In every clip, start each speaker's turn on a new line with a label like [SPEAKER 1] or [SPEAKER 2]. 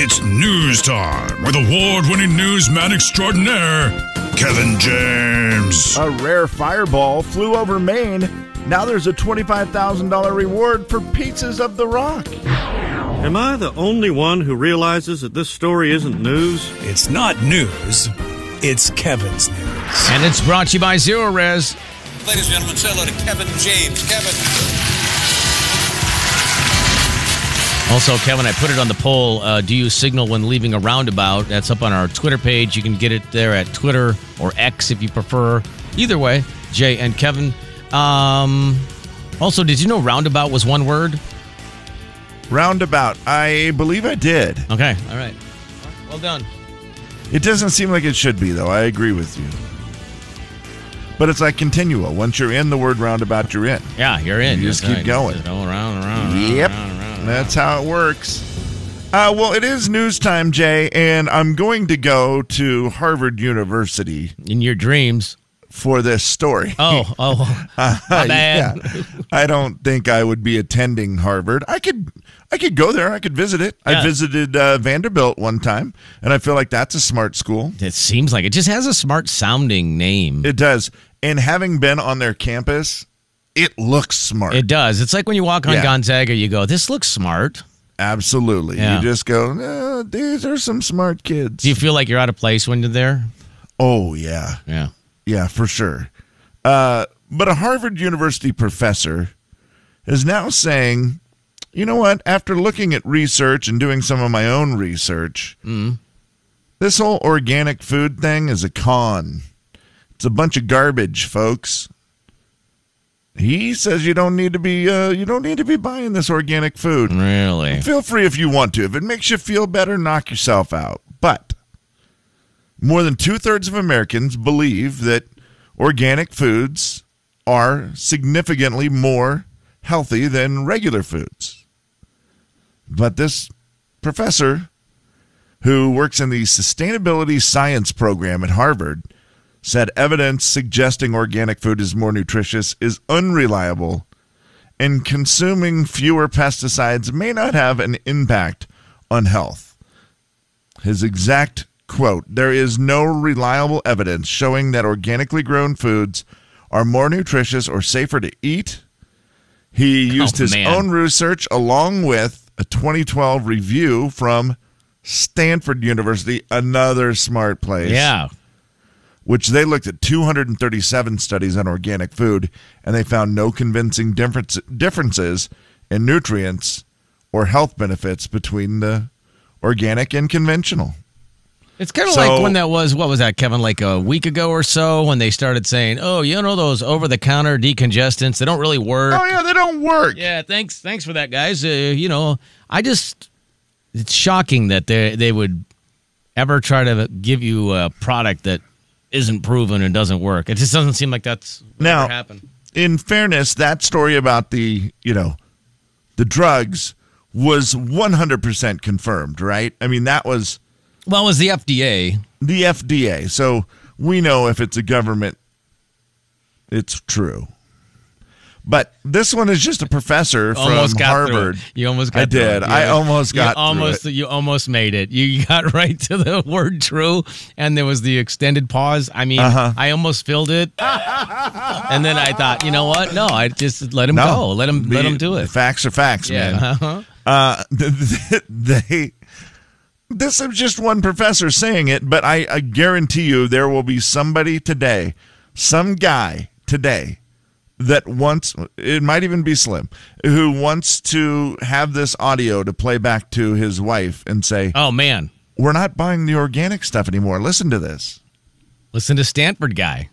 [SPEAKER 1] It's news time with award winning newsman extraordinaire, Kevin James.
[SPEAKER 2] A rare fireball flew over Maine. Now there's a $25,000 reward for pieces of the rock.
[SPEAKER 3] Am I the only one who realizes that this story isn't news?
[SPEAKER 4] It's not news, it's Kevin's news.
[SPEAKER 5] And it's brought to you by Zero Res.
[SPEAKER 6] Ladies and gentlemen, say hello to Kevin James. Kevin.
[SPEAKER 5] Also, Kevin, I put it on the poll. Uh, do you signal when leaving a roundabout? That's up on our Twitter page. You can get it there at Twitter or X if you prefer. Either way, Jay and Kevin. Um, also, did you know roundabout was one word?
[SPEAKER 2] Roundabout. I believe I did.
[SPEAKER 5] Okay, all right. Well done.
[SPEAKER 2] It doesn't seem like it should be, though. I agree with you. But it's like continual. Once you're in the word roundabout, you're in.
[SPEAKER 5] Yeah, you're in.
[SPEAKER 2] You just
[SPEAKER 5] That's
[SPEAKER 2] keep going.
[SPEAKER 5] Just go around, around, around,
[SPEAKER 2] Yep.
[SPEAKER 5] around, around, around.
[SPEAKER 2] That's how it works. Uh, well, it is news time, Jay, and I'm going to go to Harvard University
[SPEAKER 5] In your dreams.
[SPEAKER 2] for this story.
[SPEAKER 5] Oh, oh. my bad.
[SPEAKER 2] Yeah. I don't think I would be attending Harvard. I could I could go there. I could visit it. I
[SPEAKER 5] Yeah.
[SPEAKER 2] visited uh, Vanderbilt one time, and I feel like that's a smart school.
[SPEAKER 5] It seems like it just has a smart sounding name.
[SPEAKER 2] It does. And having been on their campus, it looks smart.
[SPEAKER 5] It does. It's like when you walk on
[SPEAKER 2] Yeah.
[SPEAKER 5] Gonzaga, you go, "This looks smart."
[SPEAKER 2] Absolutely.
[SPEAKER 5] Yeah.
[SPEAKER 2] You just go, "Uh, these are some smart kids.
[SPEAKER 5] Do you feel like you're out of place when you're there?
[SPEAKER 2] oh, yeah.
[SPEAKER 5] Yeah.
[SPEAKER 2] Yeah, for sure. Uh, but a Harvard University professor is now saying, you know what? After looking at research and doing some of my own research, this whole organic food thing is a con. It's a bunch of garbage, folks. He says you don't need to be uh, you don't need to be buying this organic food.
[SPEAKER 5] Really?
[SPEAKER 2] Feel free if you want to. If it makes you feel better, knock yourself out. But more than two thirds of Americans believe that organic foods are significantly more healthy than regular foods. But this professor who works in the sustainability science program at Harvard said evidence suggesting organic food is more nutritious is unreliable and consuming fewer pesticides may not have an impact on health. His exact quote There is no reliable evidence showing that organically grown foods are more nutritious or safer to eat. He used his
[SPEAKER 5] man.
[SPEAKER 2] own research along with a 2012 review from Stanford University, another smart place
[SPEAKER 5] Yeah.
[SPEAKER 2] which they looked at 237 studies on organic food and they found no convincing difference, differences in nutrients or health benefits between the organic and conventional.
[SPEAKER 5] It's kind of
[SPEAKER 2] So-
[SPEAKER 5] like when that was, what was that, Kevin? Like a week ago or so when they started saying, oh, you know, those over the counter decongestants, they don't really work.
[SPEAKER 2] Oh, yeah, they don't work.
[SPEAKER 5] Yeah, thanks. Thanks for that, guys. Uh, you know, I just, it's shocking that they, they would ever try to give you a product that isn't proven and doesn't work. It just doesn't seem like that's what
[SPEAKER 2] Now-
[SPEAKER 5] ever happened.
[SPEAKER 2] In fairness, that story about the, you know, the drugs was 100% confirmed, right? I mean, that was
[SPEAKER 5] Well, it was the FDA.
[SPEAKER 2] the FDA. So we know if it's a government, it's true. But this one is just a professor from
[SPEAKER 5] almost got through it.
[SPEAKER 2] Harvard.
[SPEAKER 5] You almost got
[SPEAKER 2] I
[SPEAKER 5] through
[SPEAKER 2] did.
[SPEAKER 5] it.
[SPEAKER 2] I
[SPEAKER 5] Yeah.
[SPEAKER 2] almost
[SPEAKER 5] You
[SPEAKER 2] got through
[SPEAKER 5] almost
[SPEAKER 2] it.
[SPEAKER 5] you almost made it. You got right to the word true and there was the extended pause. I mean,
[SPEAKER 2] Uh-huh.
[SPEAKER 5] I almost filled it. and then I thought, you know what? No, I just let him
[SPEAKER 2] No.
[SPEAKER 5] go. Let him let
[SPEAKER 2] The-
[SPEAKER 5] him do
[SPEAKER 2] the
[SPEAKER 5] it.
[SPEAKER 2] Facts are facts, man.
[SPEAKER 5] Yeah. Uh-huh.
[SPEAKER 2] Uh, they, this is just one professor saying it, but I, I guarantee you there will be somebody today, some guy today that wants, it might even be Slim, who wants to have this audio to play back to his wife and say,
[SPEAKER 5] Oh man.
[SPEAKER 2] We're not buying the organic stuff anymore. Listen to this.
[SPEAKER 5] Listen to Stanford guy.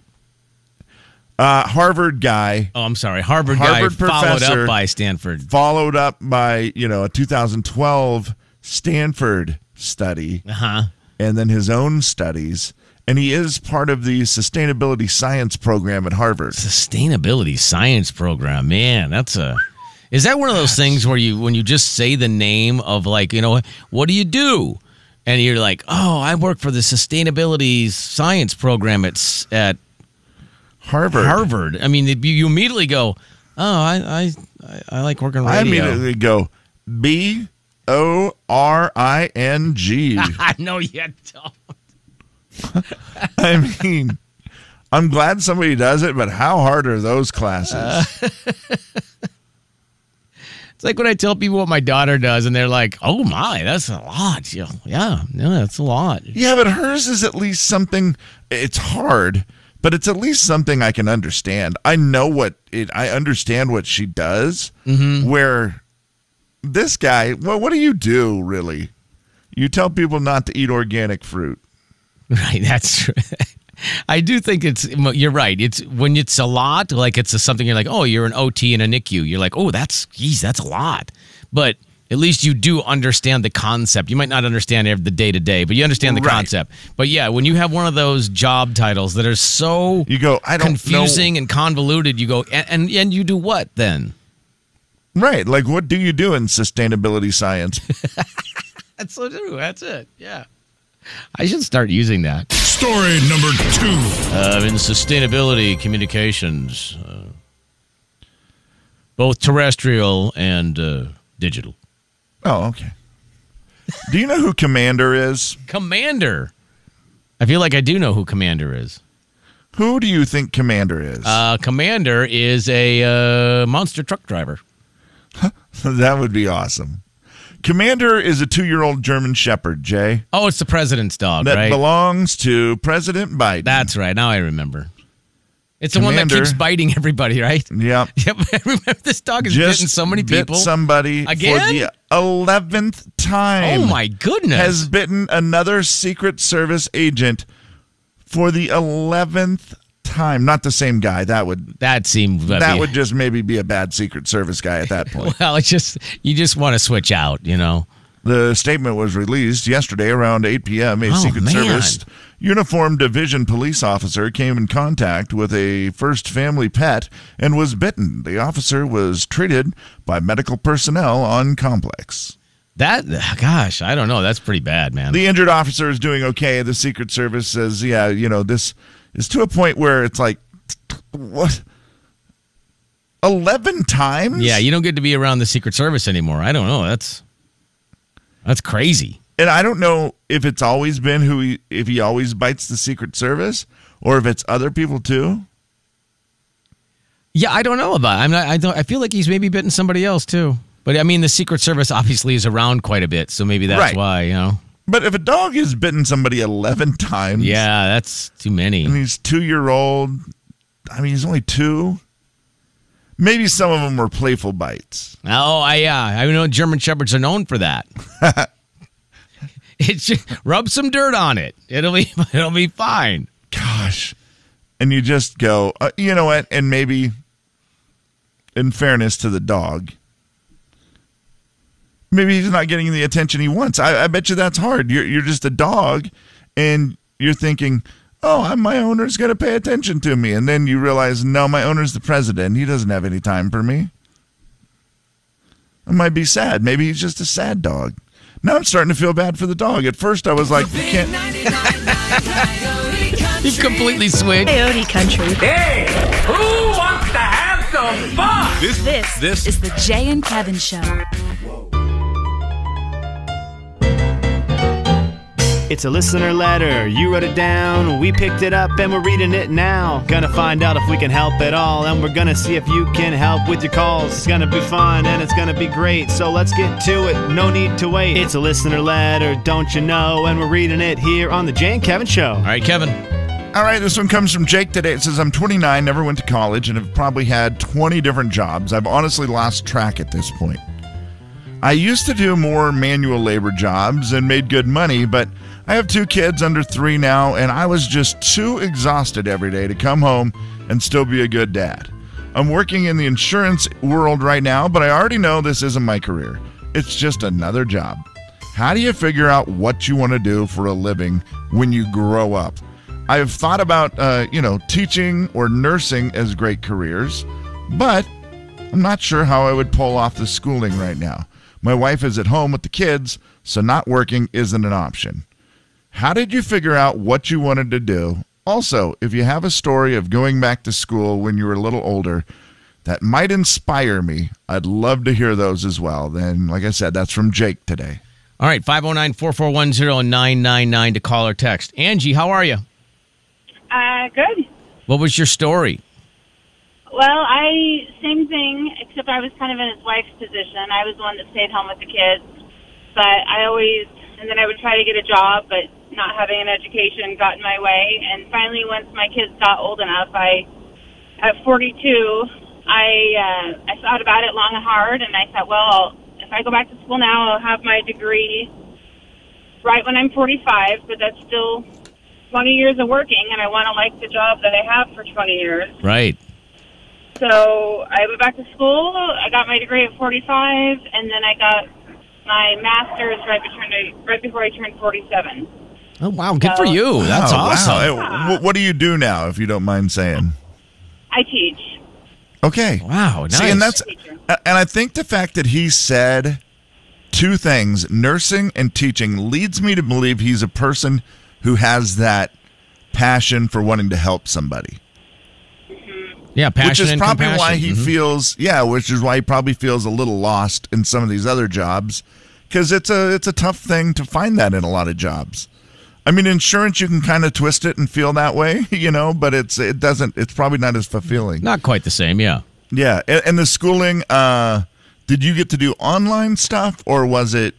[SPEAKER 2] Uh, Harvard guy
[SPEAKER 5] Oh, I'm sorry. Harvard,
[SPEAKER 2] Harvard
[SPEAKER 5] guy followed
[SPEAKER 2] professor.
[SPEAKER 5] up by Stanford.
[SPEAKER 2] followed up by you know a 2012 Stanford study
[SPEAKER 5] Uh-huh.
[SPEAKER 2] and then his own studies and he is part of the sustainability science program at Harvard.
[SPEAKER 5] Sustainability science program. Man, that's a Is that one of those things where you when you just say the name of like, you know, what do you do? And you're like, "Oh, I work for the sustainability science program at s- at
[SPEAKER 2] Harvard.
[SPEAKER 5] Harvard." I mean, you- you immediately go, "Oh, I I I- I like working
[SPEAKER 2] I
[SPEAKER 5] radio."
[SPEAKER 2] immediately go B O R I N G.
[SPEAKER 5] I know you don't.
[SPEAKER 2] I mean, I'm glad somebody does it, but how hard are those classes?
[SPEAKER 5] It's like when I tell people what my daughter does, and they're like, "Oh my, that's a lot." You know, yeah, no, that's a lot.
[SPEAKER 2] yeah, but hers is at least something. It's hard, but it's at least something I can understand. I know what it. I understand what she does. Where this guy, well, what do you do really? You tell people not to eat organic fruit.
[SPEAKER 5] Right, that's true. I do think it's you're right. It's when it's a lot, like it's a, something you're like, oh, you're an OT and a NICU. You're like, oh, that's geez, that's a lot. But at least you do understand the concept. You might not understand ev- the day to day, but you understand the
[SPEAKER 2] Right.
[SPEAKER 5] concept. But yeah, when you have one of those job titles that are so
[SPEAKER 2] You go, I don't know-
[SPEAKER 5] confusing and convoluted, you go and, and and you do what then?
[SPEAKER 2] Right. Like, what do you do in sustainability science?
[SPEAKER 5] That's so true. That's it. Yeah, I should start using that.
[SPEAKER 1] Story number two.
[SPEAKER 5] uh, in sustainability communications, uh, both terrestrial and uh, digital.
[SPEAKER 2] oh, okay. Do you know who Commander is?
[SPEAKER 5] Commander. I feel like I do know who Commander is.
[SPEAKER 2] Who do you think Commander is?
[SPEAKER 5] Uh, Commander is a uh, monster truck driver.
[SPEAKER 2] that would be awesome. Commander is a two year old German Shepherd, Jay,
[SPEAKER 5] Oh, it's the president's dog,
[SPEAKER 2] that
[SPEAKER 5] right?
[SPEAKER 2] belongs to President Biden.
[SPEAKER 5] That's right. Now I remember. It's the one that
[SPEAKER 2] Commander.
[SPEAKER 5] keeps biting everybody, right?
[SPEAKER 2] Yep.
[SPEAKER 5] Yep. I remember this dog has
[SPEAKER 2] Just
[SPEAKER 5] bitten so many
[SPEAKER 2] bit
[SPEAKER 5] people.
[SPEAKER 2] somebody for
[SPEAKER 5] Again?
[SPEAKER 2] the 11th time.
[SPEAKER 5] oh my goodness!
[SPEAKER 2] Has bitten another Secret Service agent for the 11th time. Not the same guy. That would
[SPEAKER 5] that seemed
[SPEAKER 2] that would just maybe be a bad Secret Service guy at that point.
[SPEAKER 5] well. It's just you just want to switch out, you know.
[SPEAKER 2] the statement was released yesterday around 8 p.m. A
[SPEAKER 5] Oh,
[SPEAKER 2] Secret
[SPEAKER 5] man.
[SPEAKER 2] Service uniformed division police officer came in contact with a first family pet and was bitten. The officer was treated by medical personnel on complex.
[SPEAKER 5] That gosh, I don't know. That's pretty bad, man.
[SPEAKER 2] The injured officer is doing okay. The Secret Service says, yeah, you know, this is to a point where it's like, what? 11 times?
[SPEAKER 5] yeah, you don't get to be around the Secret Service anymore. I don't know. That's that's crazy.
[SPEAKER 2] and I don't know if it's always been who he, if he always bites the Secret Service or if it's other people too.
[SPEAKER 5] Yeah, I don't know about. I'm not. I don't. I feel like he's maybe bitten somebody else too. But I mean, the Secret Service obviously is around quite a bit, so maybe that's
[SPEAKER 2] Right.
[SPEAKER 5] why. You know.
[SPEAKER 2] But if a dog has bitten somebody eleven times,
[SPEAKER 5] Yeah, that's too
[SPEAKER 2] and
[SPEAKER 5] many.
[SPEAKER 2] he's two year old, I mean he's only two. Maybe some of them were playful bites.
[SPEAKER 5] Oh, I yeah. I know German shepherds are known for that. It's just, rub some dirt on it. It'll be it'll be fine.
[SPEAKER 2] Gosh, and you just go, uh, you know what? And maybe, in fairness to the dog. Maybe he's not getting the attention he wants. I, I bet you that's hard. You're, you're just a dog, and you're thinking, "Oh, I'm, my owner's going to pay attention to me," and then you realize, "No, my owner's the president. He doesn't have any time for me." I might be sad. Maybe he's just a sad dog. Now I'm starting to feel bad for the dog. At first, I was like, "You can't."
[SPEAKER 5] You've completely switched.
[SPEAKER 7] Coyote Country.
[SPEAKER 8] Hey, who wants to have some fun?
[SPEAKER 7] This, this is the Jay and Kevin Show.
[SPEAKER 9] It's a listener letter. You wrote it down. We picked it up and we're reading it now. Gonna find out if we can help at all. And we're gonna see if you can help with your calls. It's gonna be fun and it's gonna be great. So let's get to it. No need to wait. It's a listener letter, don't you know? And we're reading it here on The Jay and Kevin Show.
[SPEAKER 5] All right, Kevin.
[SPEAKER 2] All right, this one comes from Jake today. It says, I'm 29, never went to college, and have probably had 20 different jobs. I've honestly lost track at this point. I used to do more manual labor jobs and made good money, but I have two kids under three now, and I was just too exhausted every day to come home and still be a good dad. I'm working in the insurance world right now, but I already know this isn't my career. It's just another job. How do you figure out what you want to do for a living when you grow up? I have thought about, uh, you know, teaching or nursing as great careers, but I'm not sure how I would pull off the schooling right now. My wife is at home with the kids, so not working isn't an option. How did you figure out what you wanted to do? Also, if you have a story of going back to school when you were a little older, that might inspire me, I'd love to hear those as well. Then, like I said, that's from Jake today.
[SPEAKER 5] All right, 509 441 999 to call or text. Angie, how are you?
[SPEAKER 10] Uh, good.
[SPEAKER 5] What was your story?
[SPEAKER 10] Well, I same thing, except I was kind of in his wife's position. I was the one that stayed home with the kids, but I always and then I would try to get a job, but not having an education got in my way. And finally, once my kids got old enough, I at 42, I uh, I thought about it long and hard, and I thought, well, if I go back to school now, I'll have my degree right when I'm 45, but that's still 20 years of working, and I want to like the job that I have for 20 years.
[SPEAKER 5] Right.
[SPEAKER 10] So I went back to school. I got my degree at 45, and then I got my master's right, between, right before I turned 47.
[SPEAKER 5] Oh, wow. Good for you. That's
[SPEAKER 2] Oh, wow.
[SPEAKER 5] awesome.
[SPEAKER 2] Hey, wh- what do you do now, if you don't mind saying?
[SPEAKER 10] I teach.
[SPEAKER 2] Okay.
[SPEAKER 5] Oh, Wow. Nice.
[SPEAKER 2] See, and that's a- and I think the fact that he said two things, nursing and teaching, leads me to believe he's a person who has that passion for wanting to help somebody.
[SPEAKER 5] yeah, passion
[SPEAKER 2] which is
[SPEAKER 5] and
[SPEAKER 2] probably
[SPEAKER 5] compassion.
[SPEAKER 2] why he
[SPEAKER 5] Mhm.
[SPEAKER 2] feels yeah, which is why he probably feels a little lost in some of these other jobs cuz it's a it's a tough thing to find that in a lot of jobs. I mean, insurance you can kind of twist it and feel that way, you know, but it's it doesn't it's probably not as fulfilling.
[SPEAKER 5] Not quite the same, yeah.
[SPEAKER 2] Yeah, and, and the schooling. Uh, did you get to do online stuff, or was it?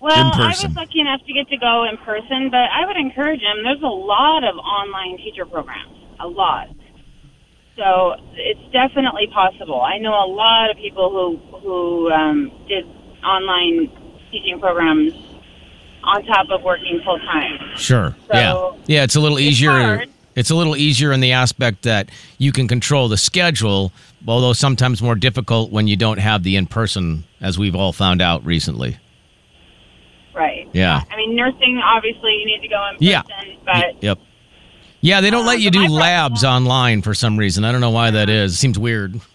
[SPEAKER 10] Well,
[SPEAKER 2] In
[SPEAKER 10] I was
[SPEAKER 2] person.
[SPEAKER 10] lucky enough to get to go in person, but I would encourage them. There's a lot of online teacher programs, a lot. So it's definitely possible. I know a lot of people who who um, did online teaching programs on top of working full time.
[SPEAKER 5] Sure. yeah.
[SPEAKER 10] So,
[SPEAKER 5] Yeah, it's a little
[SPEAKER 10] it's
[SPEAKER 5] easier.
[SPEAKER 10] hard.
[SPEAKER 5] It's a little easier in the aspect that you can control the schedule, although sometimes more difficult when you don't have the in person, as we've all found out recently.
[SPEAKER 10] Right.
[SPEAKER 5] Yeah.
[SPEAKER 10] I mean, nursing obviously you need to go in
[SPEAKER 5] Yeah.
[SPEAKER 10] person, but
[SPEAKER 5] yep. Yeah, they don't
[SPEAKER 10] Uh,
[SPEAKER 5] let you
[SPEAKER 10] but
[SPEAKER 5] do
[SPEAKER 10] my problem-
[SPEAKER 5] labs online for some reason. I don't know why that is. It seems weird.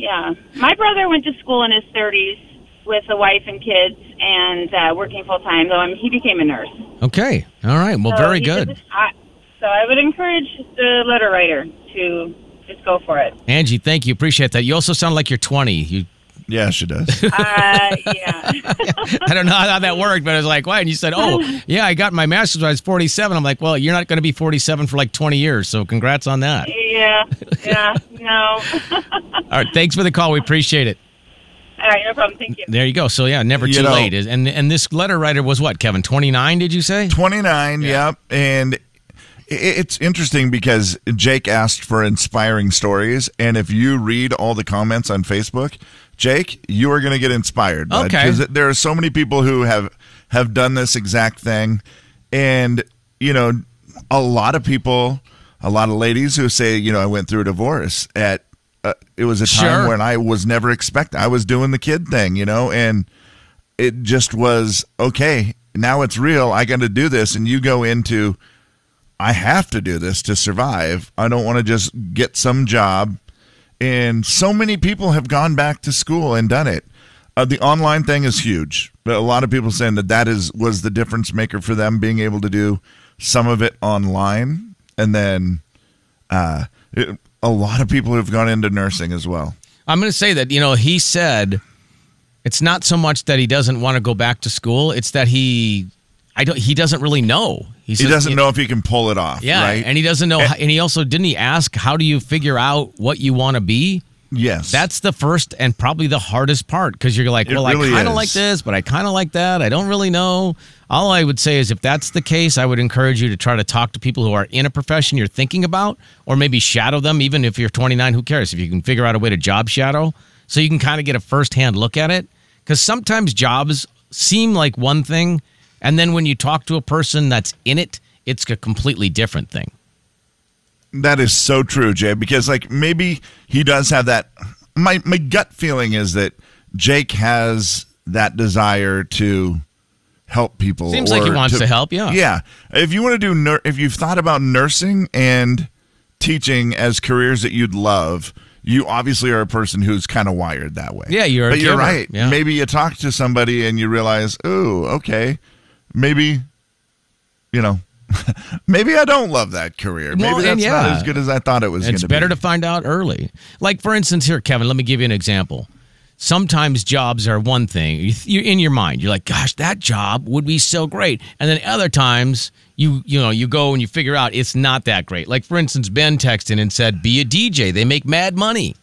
[SPEAKER 10] Yeah. My brother went to school in his 30s with a wife and kids and uh, working full time, though um, he became a nurse.
[SPEAKER 5] Okay. All right. Well,
[SPEAKER 10] So
[SPEAKER 5] very
[SPEAKER 10] he
[SPEAKER 5] good.
[SPEAKER 10] just- I, so I would encourage the letter writer to just go for it.
[SPEAKER 5] Angie, thank you. Appreciate that. You also sound like you're 20. You,
[SPEAKER 2] Yeah, she does.
[SPEAKER 10] Uh, yeah.
[SPEAKER 5] I don't know how that worked, but I was like, why? And you said, oh, yeah, I got my master's when I was 47. I'm like, well, you're not going to be 47 for like 20 years. So congrats on that.
[SPEAKER 10] Yeah. Yeah. No.
[SPEAKER 5] All right. Thanks for the call. We appreciate it.
[SPEAKER 10] All right. No problem. Thank you.
[SPEAKER 5] There you go. So, yeah, never
[SPEAKER 2] You
[SPEAKER 5] too
[SPEAKER 2] know-
[SPEAKER 5] late. And, and this letter writer was what, Kevin? 29, did you say?
[SPEAKER 2] Twenty nine. Yep, and i- it's interesting because Jake asked for inspiring stories, and if you read all the comments on Facebook, Jake, you are going to get inspired. bud,
[SPEAKER 5] Okay.
[SPEAKER 2] 'cause there are so many people who have have done this exact thing, and you know, a lot of people, a lot of ladies who say, you know, I went through a divorce at. Uh, it was a time
[SPEAKER 5] Sure.
[SPEAKER 2] when I was never expecting. I was doing the kid thing, you know, and it just was okay. Now it's real. I got to do this, and you go into I have to do this to survive. I don't want to just get some job. And so many people have gone back to school and done it. Uh, the online thing is huge. But a lot of people saying that that is was the difference maker for them being able to do some of it online, and then uh, it- a lot of people have gone into nursing as well.
[SPEAKER 5] I'm going to say that, you know, he said it's not so much that he doesn't want to go back to school, it's that he. I don't, he doesn't really know.
[SPEAKER 2] He doesn't know if he can pull it off.
[SPEAKER 5] Yeah,
[SPEAKER 2] right?
[SPEAKER 5] and he doesn't know.
[SPEAKER 2] And-
[SPEAKER 5] how- And he also didn't he ask, "How do you figure out what you want to be?"
[SPEAKER 2] yes,
[SPEAKER 5] That's the first and probably the hardest part because you're like,
[SPEAKER 2] It
[SPEAKER 5] "Well,
[SPEAKER 2] really
[SPEAKER 5] I kind
[SPEAKER 2] is.
[SPEAKER 5] of like this, but I kind of like that. I don't really know." All I would say is, if that's the case, I would encourage you to try to talk to people who are in a profession you're thinking about, or maybe shadow them. Even if you're 29, who cares? If you can figure out a way to job shadow, so you can kind of get a firsthand look at it, because sometimes jobs seem like one thing, and then when you talk to a person that's in it, it's a completely different thing.
[SPEAKER 2] That is so true, Jay, because like maybe he does have that my my gut feeling is that Jake has that desire to help people.
[SPEAKER 5] Seems like he
[SPEAKER 2] or
[SPEAKER 5] wants to help, yeah.
[SPEAKER 2] Yeah. If you want to do nur- if you've thought about nursing and teaching as careers that you'd love, you obviously are a person who's kind of wired that way.
[SPEAKER 5] Yeah, you're a
[SPEAKER 2] But you're
[SPEAKER 5] giver,
[SPEAKER 2] right.
[SPEAKER 5] yeah.
[SPEAKER 2] Maybe you talk to somebody and you realize, "Ooh, okay. Maybe you know, Maybe I don't love that career.
[SPEAKER 5] Well,
[SPEAKER 2] Maybe
[SPEAKER 5] and
[SPEAKER 2] that's not
[SPEAKER 5] yeah.
[SPEAKER 2] as good as I thought it was.
[SPEAKER 5] And It's
[SPEAKER 2] gonna
[SPEAKER 5] better
[SPEAKER 2] be.
[SPEAKER 5] to find out early. Like for instance, here, Kevin. Let me give you an example. Sometimes jobs are one thing. You, you in your mind, you're like, "Gosh, that job would be so great," and then other times, you you know, you go and you figure out it's not that great. Like for instance, Ben texted and said, "Be a DJ. They make mad money."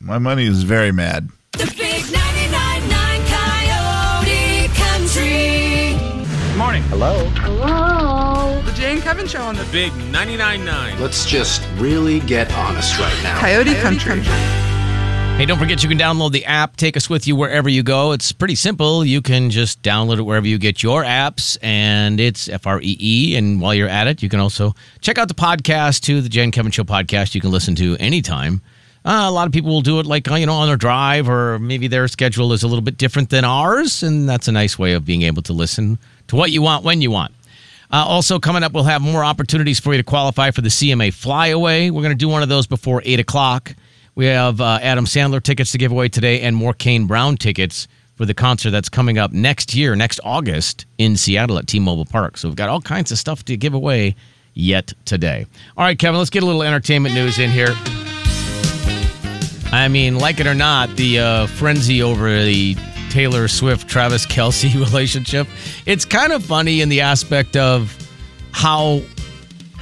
[SPEAKER 2] My money is very mad.
[SPEAKER 7] The big 99.9 Coyote Country.
[SPEAKER 11] The Jay and Kevin Show on the
[SPEAKER 12] Big 99.9.
[SPEAKER 13] Let's just really get honest right now.
[SPEAKER 11] Coyote Country.
[SPEAKER 5] Hey, don't forget you can download the app. Take us with you wherever you go. It's pretty simple. You can just download it wherever you get your apps, and it's F R E E. And while you're at it, you can also check out the podcast too, the Jen Kevin Show podcast. You can listen to anytime. Uh, a lot of people will do it like uh, you know on their drive, or maybe their schedule is a little bit different than ours, and that's a nice way of being able to listen to what you want when you want. Uh, also, coming up, we'll have more opportunities for you to qualify for the CMA Flyaway. We're going to do one of those before 8 o'clock. We have uh, Adam Sandler tickets to give away today and more Kane Brown tickets for the concert that's coming up next year, next August, in Seattle at T Mobile Park. So we've got all kinds of stuff to give away yet today. All right, Kevin, let's get a little entertainment news in here. I mean, like it or not, the uh, frenzy over the Taylor Swift Travis Kelsey relationship, it's kind of funny in the aspect of how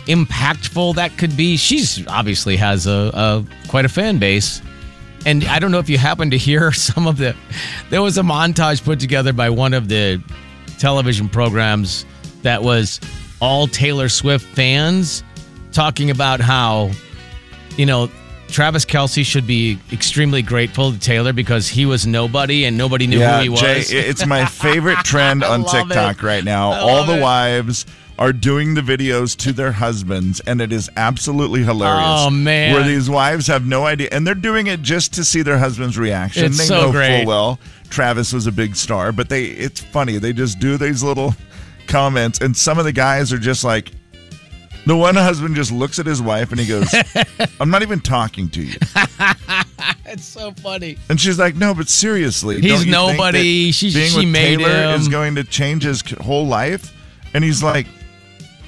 [SPEAKER 5] impactful that could be. She's obviously has a, a quite a fan base. And I don't know if you happen to hear some of the there was a montage put together by one of the television programs that was all Taylor Swift fans talking about how you know, Travis Kelsey should be extremely grateful to Taylor because he was nobody and nobody knew who he was.
[SPEAKER 2] Jay, it- it's my favorite trend
[SPEAKER 5] I
[SPEAKER 2] on
[SPEAKER 5] love
[SPEAKER 2] TikTok
[SPEAKER 5] it.
[SPEAKER 2] right now.
[SPEAKER 5] I
[SPEAKER 2] All
[SPEAKER 5] love
[SPEAKER 2] the
[SPEAKER 5] it.
[SPEAKER 2] wives are doing the videos to their husbands, and it is absolutely hilarious.
[SPEAKER 5] Oh, man.
[SPEAKER 2] Where these wives have no idea, and they're doing it just to see their husband's reaction.
[SPEAKER 5] It's
[SPEAKER 2] they
[SPEAKER 5] so
[SPEAKER 2] know
[SPEAKER 5] great.
[SPEAKER 2] full well Travis was a big star, but they it's funny. They just do these little comments, and some of the guys are just like. The one husband just looks at his wife and he goes, I'm not even talking to you.
[SPEAKER 5] It's so funny.
[SPEAKER 2] And she's like, "No, but seriously,
[SPEAKER 5] He's
[SPEAKER 2] don't you think
[SPEAKER 5] nobody.
[SPEAKER 2] that
[SPEAKER 5] She-
[SPEAKER 2] being
[SPEAKER 5] she
[SPEAKER 2] with
[SPEAKER 5] made
[SPEAKER 2] Taylor
[SPEAKER 5] him."
[SPEAKER 2] is going to change his c- whole life." And he's like,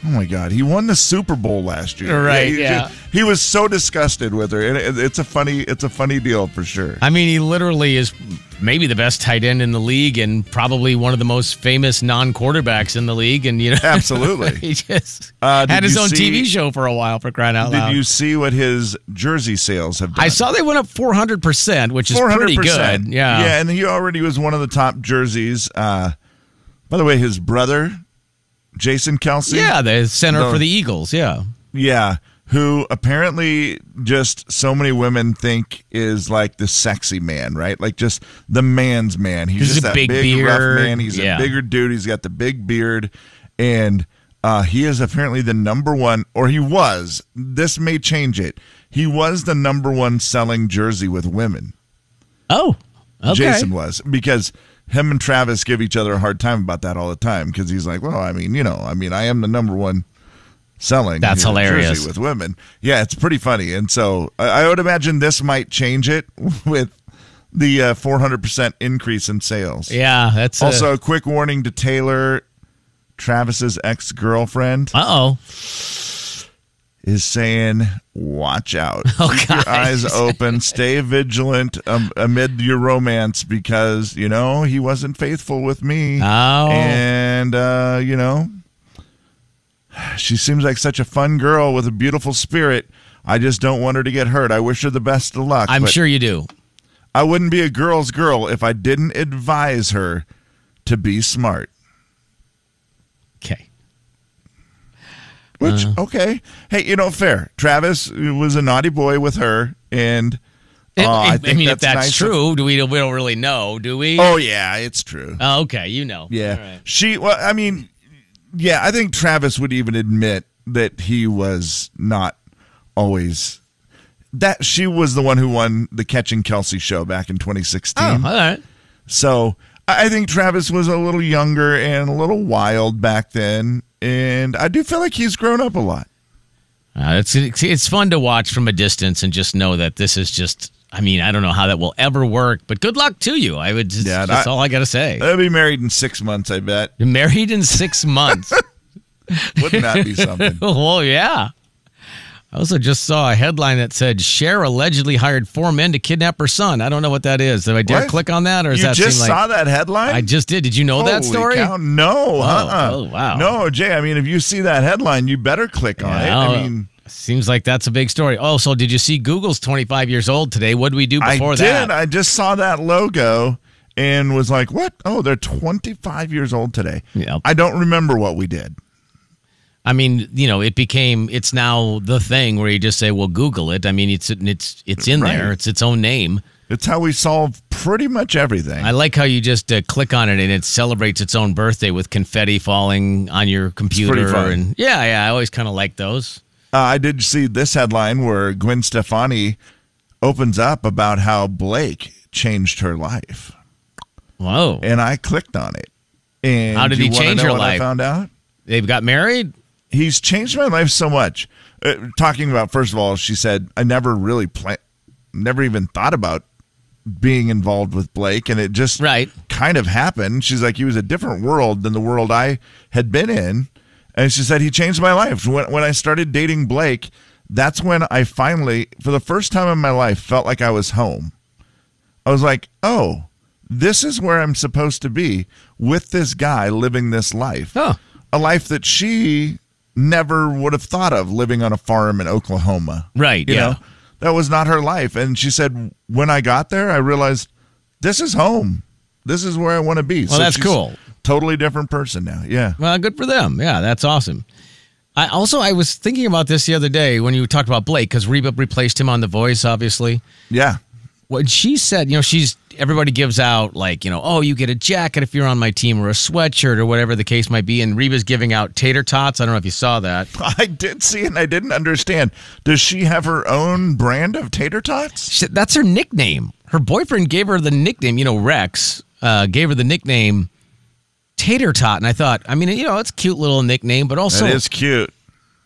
[SPEAKER 2] "Oh my God, he won the Super Bowl last year,
[SPEAKER 5] Right,
[SPEAKER 2] he-
[SPEAKER 5] yeah.
[SPEAKER 2] He, was so disgusted with her, and it, it's a funny, it's a funny deal for sure.
[SPEAKER 5] I mean, he literally is maybe the best tight end in the league and probably one of the most famous non-quarterbacks in the league. And you know,
[SPEAKER 2] Absolutely.
[SPEAKER 5] he just
[SPEAKER 2] Uh, did
[SPEAKER 5] had his
[SPEAKER 2] you
[SPEAKER 5] own
[SPEAKER 2] see-
[SPEAKER 5] TV show for a while for crying out
[SPEAKER 2] Did
[SPEAKER 5] loud.
[SPEAKER 2] you see what his jersey sales have done?
[SPEAKER 5] I saw they went up four hundred percent, which is pretty good. Yeah,
[SPEAKER 2] yeah, and he already was one of the top jerseys. Uh, by the way, his brother, Jason Kelsey,
[SPEAKER 5] yeah. The center
[SPEAKER 2] The-
[SPEAKER 5] for the Eagles. Yeah,
[SPEAKER 2] Yeah, who apparently just so many women think is like the sexy man, right? Like just the man's man. He's,
[SPEAKER 5] He's
[SPEAKER 2] just
[SPEAKER 5] a
[SPEAKER 2] that
[SPEAKER 5] big
[SPEAKER 2] big, rough
[SPEAKER 5] beard.
[SPEAKER 2] man. He's
[SPEAKER 5] Yeah.
[SPEAKER 2] a bigger dude. He's got the big beard, and uh, he is apparently the number one, or he was. This may change it. He was the number one selling jersey with women.
[SPEAKER 5] Oh, okay.
[SPEAKER 2] Jason was because him and Travis give each other a hard time about that all the time because he's like, well, I mean, you know, I mean, I am the number one selling.
[SPEAKER 5] That's
[SPEAKER 2] you know, jersey
[SPEAKER 5] hilarious.
[SPEAKER 2] with women. Yeah, it's pretty funny, and so I, I would imagine this might change it with the uh, four hundred percent increase in sales.
[SPEAKER 5] yeah. That's uh,
[SPEAKER 2] also, a quick warning to Taylor, Travis's ex girlfriend
[SPEAKER 5] Uh oh.
[SPEAKER 2] is saying, "Watch out!
[SPEAKER 5] Oh,
[SPEAKER 2] Keep
[SPEAKER 5] God.
[SPEAKER 2] your eyes open. Stay vigilant um, amid your romance because you know he wasn't faithful with me,
[SPEAKER 5] Oh.
[SPEAKER 2] and uh, you know she seems like such a fun girl with a beautiful spirit. I just don't want her to get hurt. I wish her the best of luck.
[SPEAKER 5] I'm
[SPEAKER 2] but
[SPEAKER 5] sure you do.
[SPEAKER 2] I wouldn't be a girl's girl if I didn't advise her to be smart."
[SPEAKER 5] Okay.
[SPEAKER 2] Which
[SPEAKER 5] Uh-huh.
[SPEAKER 2] okay, hey, you know, fair. Travis was a naughty boy with her, and uh, I, think
[SPEAKER 5] mean,
[SPEAKER 2] that's
[SPEAKER 5] if that's
[SPEAKER 2] nice of-
[SPEAKER 5] true, do we? We don't really know, do we?
[SPEAKER 2] oh yeah, it's true.
[SPEAKER 5] Oh, okay, you know.
[SPEAKER 2] yeah,
[SPEAKER 5] All right.
[SPEAKER 2] she. Well, I mean, yeah, I think Travis would even admit that he was not always that she was the one who won the Catching Kelsey show back in 2016.
[SPEAKER 5] Oh, all right.
[SPEAKER 2] So I I think Travis was a little younger and a little wild back then, and I do feel like he's grown up a lot.
[SPEAKER 5] Uh, it's it's it's fun to watch from a distance and just know that this is just I mean, I don't know how that will ever work, but good luck to you. I would just,
[SPEAKER 2] and
[SPEAKER 5] that's
[SPEAKER 2] I-
[SPEAKER 5] all I got to say.
[SPEAKER 2] They'll be married in six months, I bet.
[SPEAKER 5] You're married in six months.
[SPEAKER 2] Wouldn't that be something?
[SPEAKER 5] well, yeah. I also just saw a headline that said Cher allegedly hired four men to kidnap her son. I don't know what that is. Did I dare
[SPEAKER 2] What?
[SPEAKER 5] click on that, or is
[SPEAKER 2] you
[SPEAKER 5] that
[SPEAKER 2] just
[SPEAKER 5] seem like
[SPEAKER 2] saw that headline?
[SPEAKER 5] I just did. Did you know that
[SPEAKER 2] Holy
[SPEAKER 5] story?
[SPEAKER 2] cow, no.
[SPEAKER 5] Oh,
[SPEAKER 2] uh-uh.
[SPEAKER 5] oh, wow.
[SPEAKER 2] No, Jay. I mean, if you see that headline, you better click on
[SPEAKER 5] Yeah,
[SPEAKER 2] it.
[SPEAKER 5] oh,
[SPEAKER 2] I mean,
[SPEAKER 5] seems like that's a big story. Oh, so did you see Google's 25 years old today? What did we do
[SPEAKER 2] I
[SPEAKER 5] before
[SPEAKER 2] did.
[SPEAKER 5] that?
[SPEAKER 2] I just saw that logo and was like, "What? Oh, they're 25 years old today."
[SPEAKER 5] Yeah.
[SPEAKER 2] I don't remember what we did.
[SPEAKER 5] I mean, you know, it became it's now the thing where you just say, "Well, Google it." I mean, it's it's it's in there.
[SPEAKER 2] Right.
[SPEAKER 5] It's its own name.
[SPEAKER 2] It's how we solve pretty much everything.
[SPEAKER 5] I like how you just uh, click on it and it celebrates its own birthday with confetti falling on your computer.
[SPEAKER 2] fun.
[SPEAKER 5] And yeah, yeah, I always kind of like those.
[SPEAKER 2] Uh, I did see this headline where Gwen Stefani opens up about how Blake changed her life,
[SPEAKER 5] Whoa,
[SPEAKER 2] and I clicked on it. And
[SPEAKER 5] How did
[SPEAKER 2] you
[SPEAKER 5] he
[SPEAKER 2] wanna
[SPEAKER 5] change
[SPEAKER 2] know
[SPEAKER 5] her
[SPEAKER 2] what I
[SPEAKER 5] life?
[SPEAKER 2] found out.
[SPEAKER 5] they've got married.
[SPEAKER 2] he's changed my life so much. Uh, talking about first of all, she said I never really plan, never even thought about being involved with Blake, and it just
[SPEAKER 5] Right.
[SPEAKER 2] kind of happened. She's like he was a different world than the world I had been in, and she said he changed my life when when I started dating Blake. That's when I finally, for the first time in my life, felt like I was home. I was like, oh, this is where I'm supposed to be with this guy living this life.
[SPEAKER 5] Huh.
[SPEAKER 2] A life that she never would have thought of living on a farm in Oklahoma.
[SPEAKER 5] Right, yeah.
[SPEAKER 2] that was not her life. And she said, when I got there, I realized this is home. This is where I want to be.
[SPEAKER 5] Well, that's
[SPEAKER 2] she's
[SPEAKER 5] cool.
[SPEAKER 2] Totally different person now. Yeah.
[SPEAKER 5] Well, good for them. Yeah, that's awesome. I also I was thinking about this the other day when you talked about Blake because Reba replaced him on The Voice, obviously.
[SPEAKER 2] Yeah.
[SPEAKER 5] When she said, you know, she's everybody gives out like, you know, oh, you get a jacket if you're on my team or a sweatshirt or whatever the case might be. And Reba's giving out tater tots. I don't know if you saw that.
[SPEAKER 2] I did see it and I didn't understand. Does she have her own brand of tater tots?
[SPEAKER 5] She- That's her nickname. Her boyfriend gave her the nickname, you know, Rex uh, gave her the nickname Tater Tot. And I thought, I mean, you know, it's a cute little nickname, but also
[SPEAKER 2] that is cute.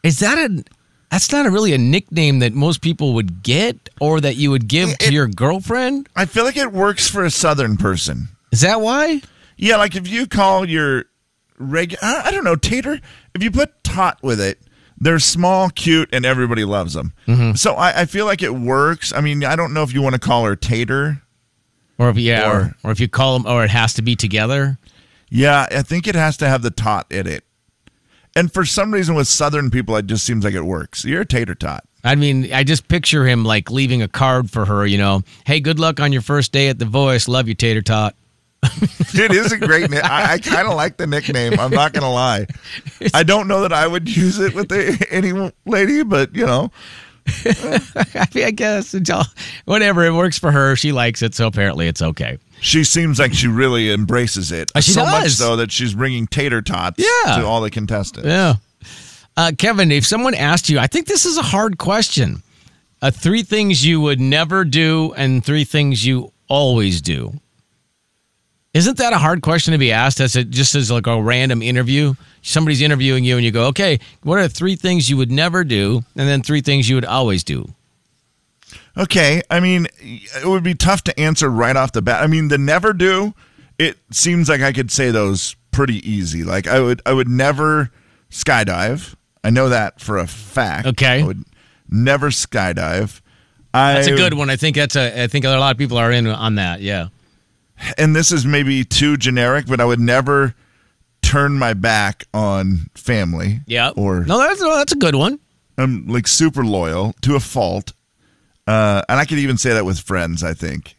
[SPEAKER 5] Is that a that's not a really a nickname that most people would get or that you would give to your girlfriend?
[SPEAKER 2] I feel like it works for a southern person.
[SPEAKER 5] Is that why?
[SPEAKER 2] Yeah, like if you call your regular, I I don't know, tater, if you put tot with it, they're small, cute, and everybody loves them. So I, I feel like it works. I mean, I don't know if you want to call her tater.
[SPEAKER 5] Or if yeah, or, or if you call them or it has to be together.
[SPEAKER 2] Yeah, I think it has to have the tot in it. And for some reason, with southern people, it just seems like it works. You're a tater tot.
[SPEAKER 5] I mean, I just picture him like leaving a card for her, you know. Hey, good luck on your first day at the voice. Love you, Tater Tot.
[SPEAKER 2] It is a great name. I, I kind of like the nickname. I'm not going to lie. I don't know that I would use it with the, any lady, but you know,
[SPEAKER 5] I mean, I guess it's all, whatever it works for her. She likes it, so apparently it's okay.
[SPEAKER 2] She seems like she really embraces it.
[SPEAKER 5] Uh, she
[SPEAKER 2] so much
[SPEAKER 5] does.
[SPEAKER 2] so that she's bringing tater tots
[SPEAKER 5] Yeah.
[SPEAKER 2] to all the contestants.
[SPEAKER 5] Yeah. Uh, Kevin, if someone asked you, I think this is a hard question. Uh, three things you would never do and three things you always do. Isn't that a hard question to be asked? As it just as like a random interview, somebody's interviewing you and you go, "Okay, what are three things you would never do, and then three things you would always do?"
[SPEAKER 2] Okay, I mean, it would be tough to answer right off the bat. I mean, the never do. It seems like I could say those pretty easy. Like I would, I would never skydive. I know that for a fact.
[SPEAKER 5] Okay.
[SPEAKER 2] I would never skydive. I,
[SPEAKER 5] That's a good one. I think that's a. I think a lot of people are in on that. Yeah.
[SPEAKER 2] and this is maybe too generic, but I would never turn my back on family.
[SPEAKER 5] Yeah.
[SPEAKER 2] Or
[SPEAKER 5] no, that's no, that's a good one.
[SPEAKER 2] I'm like super loyal to a fault. Uh, and I could even say that with friends, I think.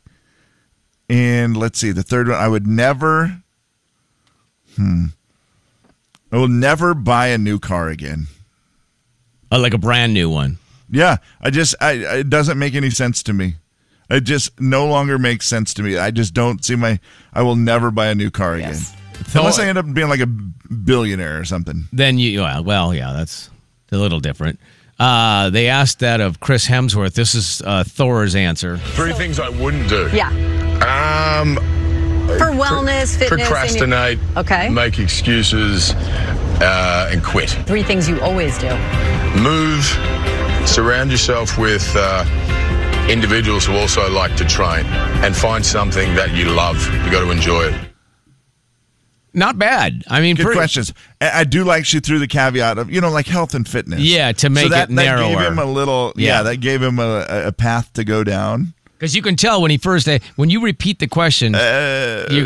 [SPEAKER 2] And let's see, the third one, I would never, hmm, I will never buy a new car again.
[SPEAKER 5] Uh, like a brand new one.
[SPEAKER 2] Yeah, I just, I, it doesn't make any sense to me. It just no longer makes sense to me. I just don't see my, I will never buy a new car again.
[SPEAKER 5] Oh,
[SPEAKER 2] Unless I end up being like a billionaire or something.
[SPEAKER 5] Then you, well, well, yeah, that's a little different. Uh, they asked that of Chris Hemsworth. This is uh, Thor's answer.
[SPEAKER 12] Three things I wouldn't do.
[SPEAKER 14] Yeah.
[SPEAKER 12] Um,
[SPEAKER 14] For wellness, fitness. and your-
[SPEAKER 12] procrastinate.
[SPEAKER 14] Okay.
[SPEAKER 12] Make excuses uh, and quit.
[SPEAKER 14] Three things you always do.
[SPEAKER 12] Move. Surround yourself with uh, individuals who also like to train and find something that you love. You got to enjoy it.
[SPEAKER 5] Not bad. I mean,
[SPEAKER 2] good
[SPEAKER 5] pretty-
[SPEAKER 2] questions. I, I do like she threw the caveat of you know like health and fitness.
[SPEAKER 5] Yeah, to make
[SPEAKER 2] so that,
[SPEAKER 5] it
[SPEAKER 2] that
[SPEAKER 5] narrower.
[SPEAKER 2] gave him a little. Yeah,
[SPEAKER 5] Yeah.
[SPEAKER 2] that gave him a, a path to go down.
[SPEAKER 5] Because you can tell when he first eh, when you repeat the question, you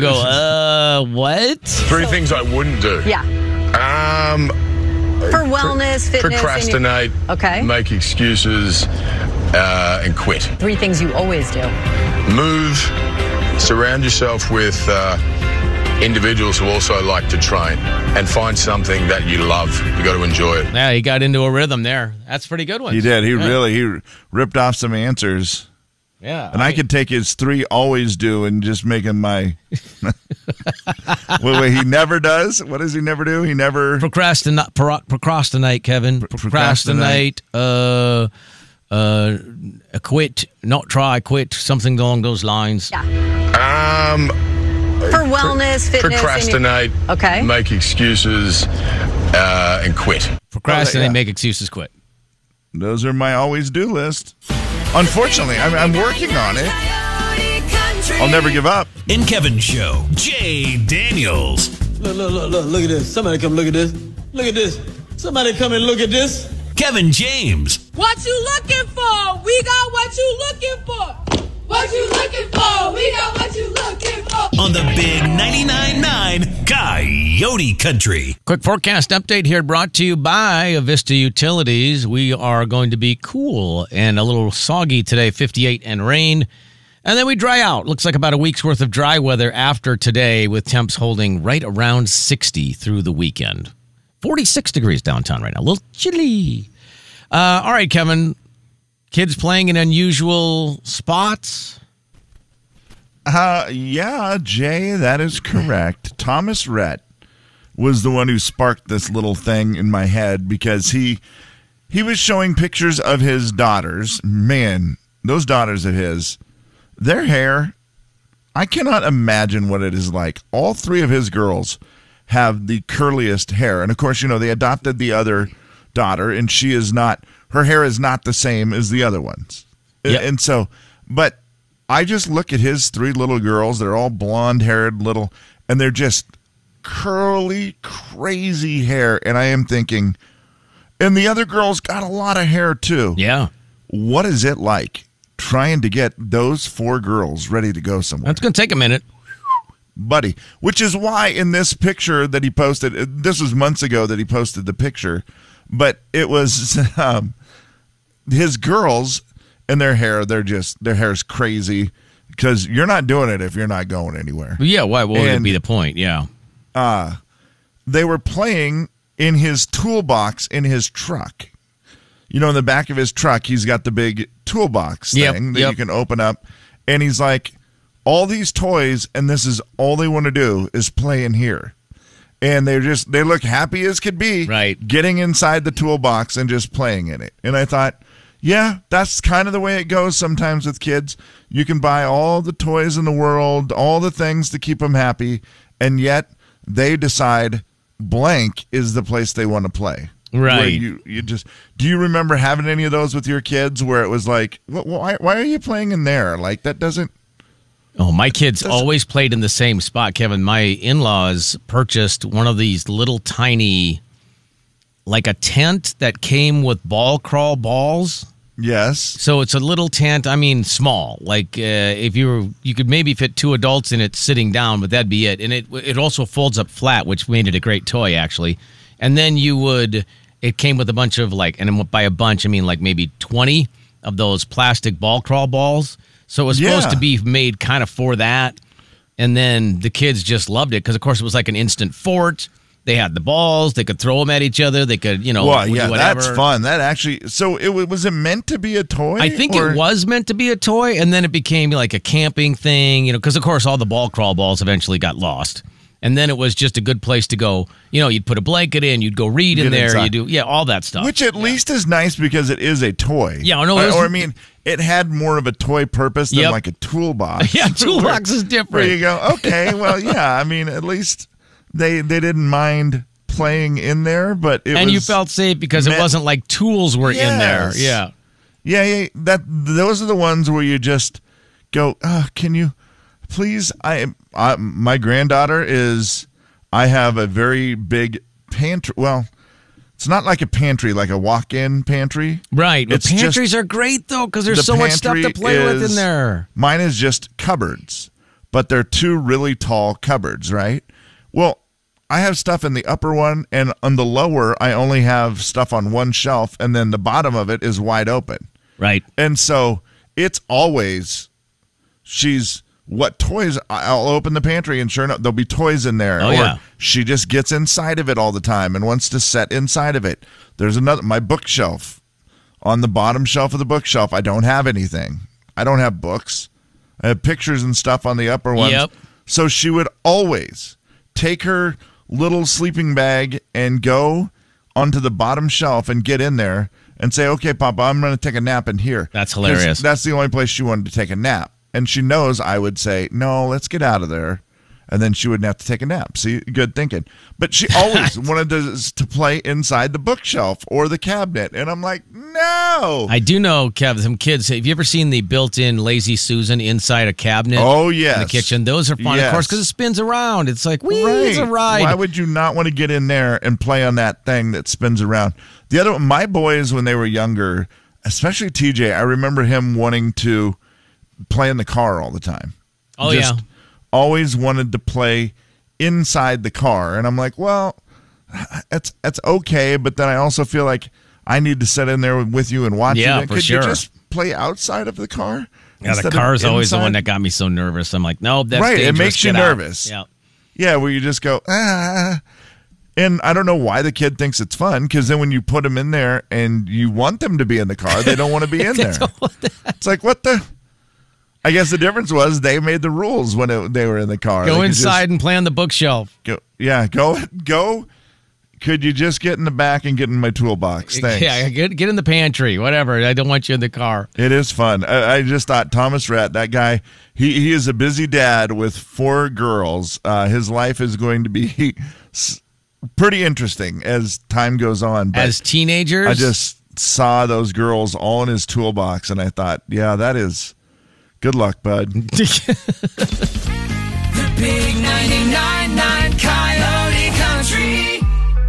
[SPEAKER 5] go, uh, what?
[SPEAKER 12] Three things I wouldn't do.
[SPEAKER 14] Yeah.
[SPEAKER 12] Um,
[SPEAKER 14] For wellness,
[SPEAKER 12] pro-
[SPEAKER 14] fitness, and your-
[SPEAKER 12] procrastinate.
[SPEAKER 14] Okay.
[SPEAKER 12] Make excuses uh, and quit.
[SPEAKER 14] Three things you always do.
[SPEAKER 12] Move. Surround yourself with uh, individuals who also like to train and find something that you love. You got to enjoy it.
[SPEAKER 5] Yeah, he got into a rhythm there. That's a pretty good one.
[SPEAKER 2] He did. He
[SPEAKER 5] Yeah.
[SPEAKER 2] really he ripped off some answers.
[SPEAKER 5] Yeah.
[SPEAKER 2] And I, could take his three always do and just make him my. wait, wait, he never does? What does he never do? He never.
[SPEAKER 5] Procrastinate, pro- procrastinate, Kevin. Procrastinate. Uh, uh, quit. Not try. Quit. Something along those lines.
[SPEAKER 12] Um,
[SPEAKER 14] For wellness,
[SPEAKER 12] pro-
[SPEAKER 14] fitness,
[SPEAKER 12] procrastinate.
[SPEAKER 14] And your- okay.
[SPEAKER 12] Make excuses uh, and quit.
[SPEAKER 5] Procrastinate. Make excuses. Quit.
[SPEAKER 2] Those are my always do list. Unfortunately, I'm, I'm working on it. I'll never give up.
[SPEAKER 4] In Kevin's show, Jay Daniels.
[SPEAKER 15] Look, look, look, look, look at this. Somebody come look at this. Look at this. Somebody come and look at this.
[SPEAKER 4] Kevin James.
[SPEAKER 7] What you looking for? We got what you looking for. What you looking for? We got what you looking for.
[SPEAKER 4] On the big 99.9 Coyote Country.
[SPEAKER 5] Quick forecast update here brought to you by Avista Utilities. We are going to be cool and a little soggy today, 58 and rain. And then we dry out. Looks like about a week's worth of dry weather after today, with temps holding right around 60 through the weekend. 46 degrees downtown right now. A little chilly. Uh, all right, Kevin. Kids playing in unusual spots.
[SPEAKER 2] Uh, yeah, Jay, that is correct. Thomas Rhett was the one who sparked this little thing in my head because he he was showing pictures of his daughters. Man, those daughters of his, their hair, I cannot imagine what it is like. All three of his girls have the curliest hair. And of course, you know, they adopted the other daughter and she is not her hair is not the same as the other ones.
[SPEAKER 5] Yep.
[SPEAKER 2] And so, but I just look at his three little girls, they're all blonde-haired little and they're just curly crazy hair and I am thinking and the other girls got a lot of hair too.
[SPEAKER 5] Yeah.
[SPEAKER 2] What is it like trying to get those four girls ready to go somewhere?
[SPEAKER 5] That's going to take a minute.
[SPEAKER 2] Buddy, which is why in this picture that he posted, uh, this was months ago that he posted the picture, but it was um, his girls and their hair, they're just, their hair's crazy because you're not doing it if you're not going anywhere
[SPEAKER 5] Yeah, why? What would it
[SPEAKER 2] And-
[SPEAKER 5] be the point? Yeah.
[SPEAKER 2] uh, they were playing in his toolbox in his truck. You know, in the back of his truck, he's got the big toolbox
[SPEAKER 5] Yep,
[SPEAKER 2] thing that
[SPEAKER 5] yep.
[SPEAKER 2] you can open up. And he's like, all these toys, and this is all they want to do is play in here. And they're just, they look happy as could be. Right. Getting inside the toolbox and just playing in it. And I thought, yeah, that's kind of the way it goes sometimes with kids. You can buy all the toys in the world, all the things to keep them happy, and yet they decide blank is the place they want to play.
[SPEAKER 5] Right.
[SPEAKER 2] Where you you just do you remember having any of those with your kids where it was like, "Wh- why why are you playing in there? Like that doesn't
[SPEAKER 5] Oh, my kids always played in the same spot, Kevin. My in laws purchased one of these little tiny, like a tent that came with ball crawl balls.
[SPEAKER 2] Yes.
[SPEAKER 5] So it's a little tent. I mean, small. Like uh, if you were, you could maybe fit two adults in it sitting down, but that'd be it. And it it also folds up flat, which made it a great toy actually. And then you would, it came with a bunch of like, and by a bunch I mean like maybe twenty of those plastic ball crawl balls. So it was supposed
[SPEAKER 2] Yeah.
[SPEAKER 5] to be made kind of for that. And then the kids just loved it because, of course, it was like an instant fort. They had the balls. They could throw them at each other. They could, you know,
[SPEAKER 2] well,
[SPEAKER 5] Oh, do
[SPEAKER 2] yeah,
[SPEAKER 5] whatever.
[SPEAKER 2] that's fun. That actually so it wa- was it meant to be a toy?
[SPEAKER 5] I think
[SPEAKER 2] Or-
[SPEAKER 5] it was meant to be a toy, and then it became like a camping thing, you know, because of course all the ball crawl balls eventually got lost. And then it was just a good place to go. You know, you'd put a blanket in, you'd go read
[SPEAKER 2] Get
[SPEAKER 5] in there,
[SPEAKER 2] inside.
[SPEAKER 5] you do, yeah, all that stuff.
[SPEAKER 2] Which at least is nice because it is a toy.
[SPEAKER 5] Yeah, I know, it
[SPEAKER 2] Or,
[SPEAKER 5] was-
[SPEAKER 2] or I mean, it had more of a toy purpose than
[SPEAKER 5] Yep.
[SPEAKER 2] like a toolbox.
[SPEAKER 5] Yeah, toolbox is different.
[SPEAKER 2] Where you go, okay, well, yeah. I mean, at least they they didn't mind playing in there, but it
[SPEAKER 5] and
[SPEAKER 2] was
[SPEAKER 5] you felt safe because it
[SPEAKER 2] meant-
[SPEAKER 5] wasn't like tools were in there.
[SPEAKER 2] Yes.
[SPEAKER 5] Yeah.
[SPEAKER 2] Yeah, yeah. That those are the ones where you just go. Uh, can you please? I, I my granddaughter is. I have a very big pantry. Well, it's not like a pantry, like a walk-in pantry.
[SPEAKER 5] Right. But
[SPEAKER 2] It's
[SPEAKER 5] pantries
[SPEAKER 2] just-
[SPEAKER 5] are great though because there's
[SPEAKER 2] the
[SPEAKER 5] so much stuff to
[SPEAKER 2] pantry
[SPEAKER 5] play with
[SPEAKER 2] is-
[SPEAKER 5] in there.
[SPEAKER 2] Mine is just cupboards, but they're two really tall cupboards, right? Well, I have stuff in the upper one, and on the lower, I only have stuff on one shelf, and then the bottom of it is wide open.
[SPEAKER 5] Right.
[SPEAKER 2] And so it's always she's what toys I'll open the pantry and sure enough there'll be toys in there.
[SPEAKER 5] Oh,
[SPEAKER 2] or
[SPEAKER 5] yeah.
[SPEAKER 2] she just gets inside of it all the time and wants to set inside of it. There's another my bookshelf. On the bottom shelf of the bookshelf, I don't have anything. I don't have books. I have uh, pictures and stuff on the upper ones.
[SPEAKER 5] Yep.
[SPEAKER 2] So she would always take her little sleeping bag and go onto the bottom shelf and get in there and say, "Okay, Papa, I'm going to take a nap in here."
[SPEAKER 5] That's hilarious.
[SPEAKER 2] 'Cause That's the only place she wanted to take a nap, and she knows I would say, "No, let's get out of there," and then she wouldn't have to take a nap. See, good thinking. But she always wanted to to play inside the bookshelf or the cabinet, and I'm like, "No."
[SPEAKER 5] I do know, Kev, some kids. Have you ever seen the built-in Lazy Susan inside a cabinet?
[SPEAKER 2] Oh, yes.
[SPEAKER 5] in the kitchen. Those are fun, of
[SPEAKER 2] Yes.
[SPEAKER 5] course, because it spins around. It's like we it's a ride.
[SPEAKER 2] Why would you not want to get in there and play on that thing that spins around? The other one, my boys, when they were younger, especially TJ, I remember him wanting to play in the car all the time.
[SPEAKER 5] Oh, yeah.
[SPEAKER 2] Always wanted to play inside the car. And I'm like, well, that's, that's okay. But then I also feel like I need to sit in there with you and watch
[SPEAKER 5] Yeah,
[SPEAKER 2] it. And
[SPEAKER 5] for
[SPEAKER 2] Could
[SPEAKER 5] sure.
[SPEAKER 2] you just play outside of the car?
[SPEAKER 5] yeah, the
[SPEAKER 2] instead of
[SPEAKER 5] car's always the
[SPEAKER 2] inside?
[SPEAKER 5] one that got me so nervous. I'm like, no, that's
[SPEAKER 2] Right, it
[SPEAKER 5] dangerous.
[SPEAKER 2] makes you
[SPEAKER 5] Get out.
[SPEAKER 2] nervous.
[SPEAKER 5] Yeah.
[SPEAKER 2] Yeah, where you just go, ah. And I don't know why the kid thinks it's fun because then when you put them in there and you want them to be in the car, they don't want to be in there. it's like, what the? I guess the difference was they made the rules when it, they were in the car. They
[SPEAKER 5] Go
[SPEAKER 2] could just
[SPEAKER 5] inside and play on the bookshelf.
[SPEAKER 2] Go, yeah, go, go. Could you just get in the back and get in my toolbox? Thanks.
[SPEAKER 5] Yeah, get get in the pantry, whatever. I don't want you in the car.
[SPEAKER 2] It is fun. I, I just thought Thomas Rhett, that guy, he, he is a busy dad with four girls. Uh, his life is going to be s- pretty interesting as time goes on. But
[SPEAKER 5] As teenagers,
[SPEAKER 2] I just saw those girls all in his toolbox, and I thought, yeah, that is good luck, bud.
[SPEAKER 16] Big 99